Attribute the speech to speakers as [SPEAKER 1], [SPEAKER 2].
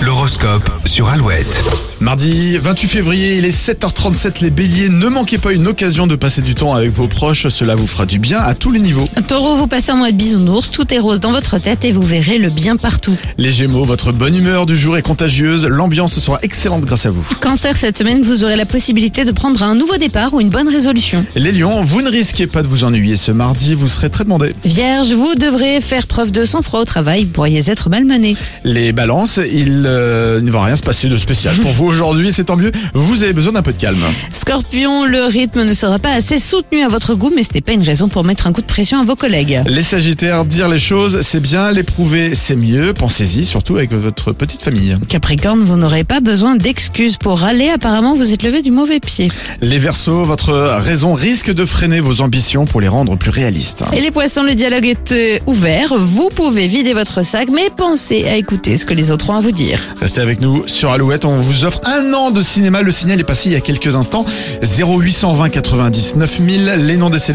[SPEAKER 1] L'horoscope sur Alouette.
[SPEAKER 2] Mardi 28 février, il est 7h37 les béliers. Ne manquez pas une occasion de passer du temps avec vos proches, cela vous fera du bien à tous les niveaux.
[SPEAKER 3] Taureau, vous passez un mois de bisounours, tout est rose dans votre tête et vous verrez le bien partout.
[SPEAKER 2] Les gémeaux, votre bonne humeur du jour est contagieuse, l'ambiance sera excellente grâce à vous.
[SPEAKER 3] Cancer, cette semaine, vous aurez la possibilité de prendre un nouveau départ ou une bonne résolution.
[SPEAKER 2] Les lions, vous ne risquez pas de vous ennuyer ce mardi, vous serez très demandé.
[SPEAKER 3] Vierge, vous devrez faire preuve de sang-froid au travail, vous pourriez être malmené.
[SPEAKER 2] Les balances, il euh, ne va rien se passer de spécial. Pour vous aujourd'hui, c'est tant mieux, vous avez besoin d'un peu de calme.
[SPEAKER 3] Scorpion, le rythme ne sera pas assez soutenu à votre goût, mais ce n'est pas une raison pour mettre un coup de pression à vos collègues.
[SPEAKER 2] Les sagittaires, dire les choses, c'est bien, l'éprouver, c'est mieux, pensez-y surtout avec votre petite famille.
[SPEAKER 3] Capricorne, vous n'aurez pas besoin d'excuses pour râler, apparemment vous êtes levé du mauvais pied.
[SPEAKER 2] Les versos, votre raison risque de freiner vos ambitions pour les rendre plus réalistes.
[SPEAKER 3] Et les poissons, le dialogue est euh, ouvert, vous pouvez vider votre sac, mais pensez à écouter ce que les autres ont à vous dire.
[SPEAKER 2] Restez avec nous sur Alouette, on vous offre un an de cinéma. Le signal est passé il y a quelques instants. 0820 90 9000, les noms des sélections.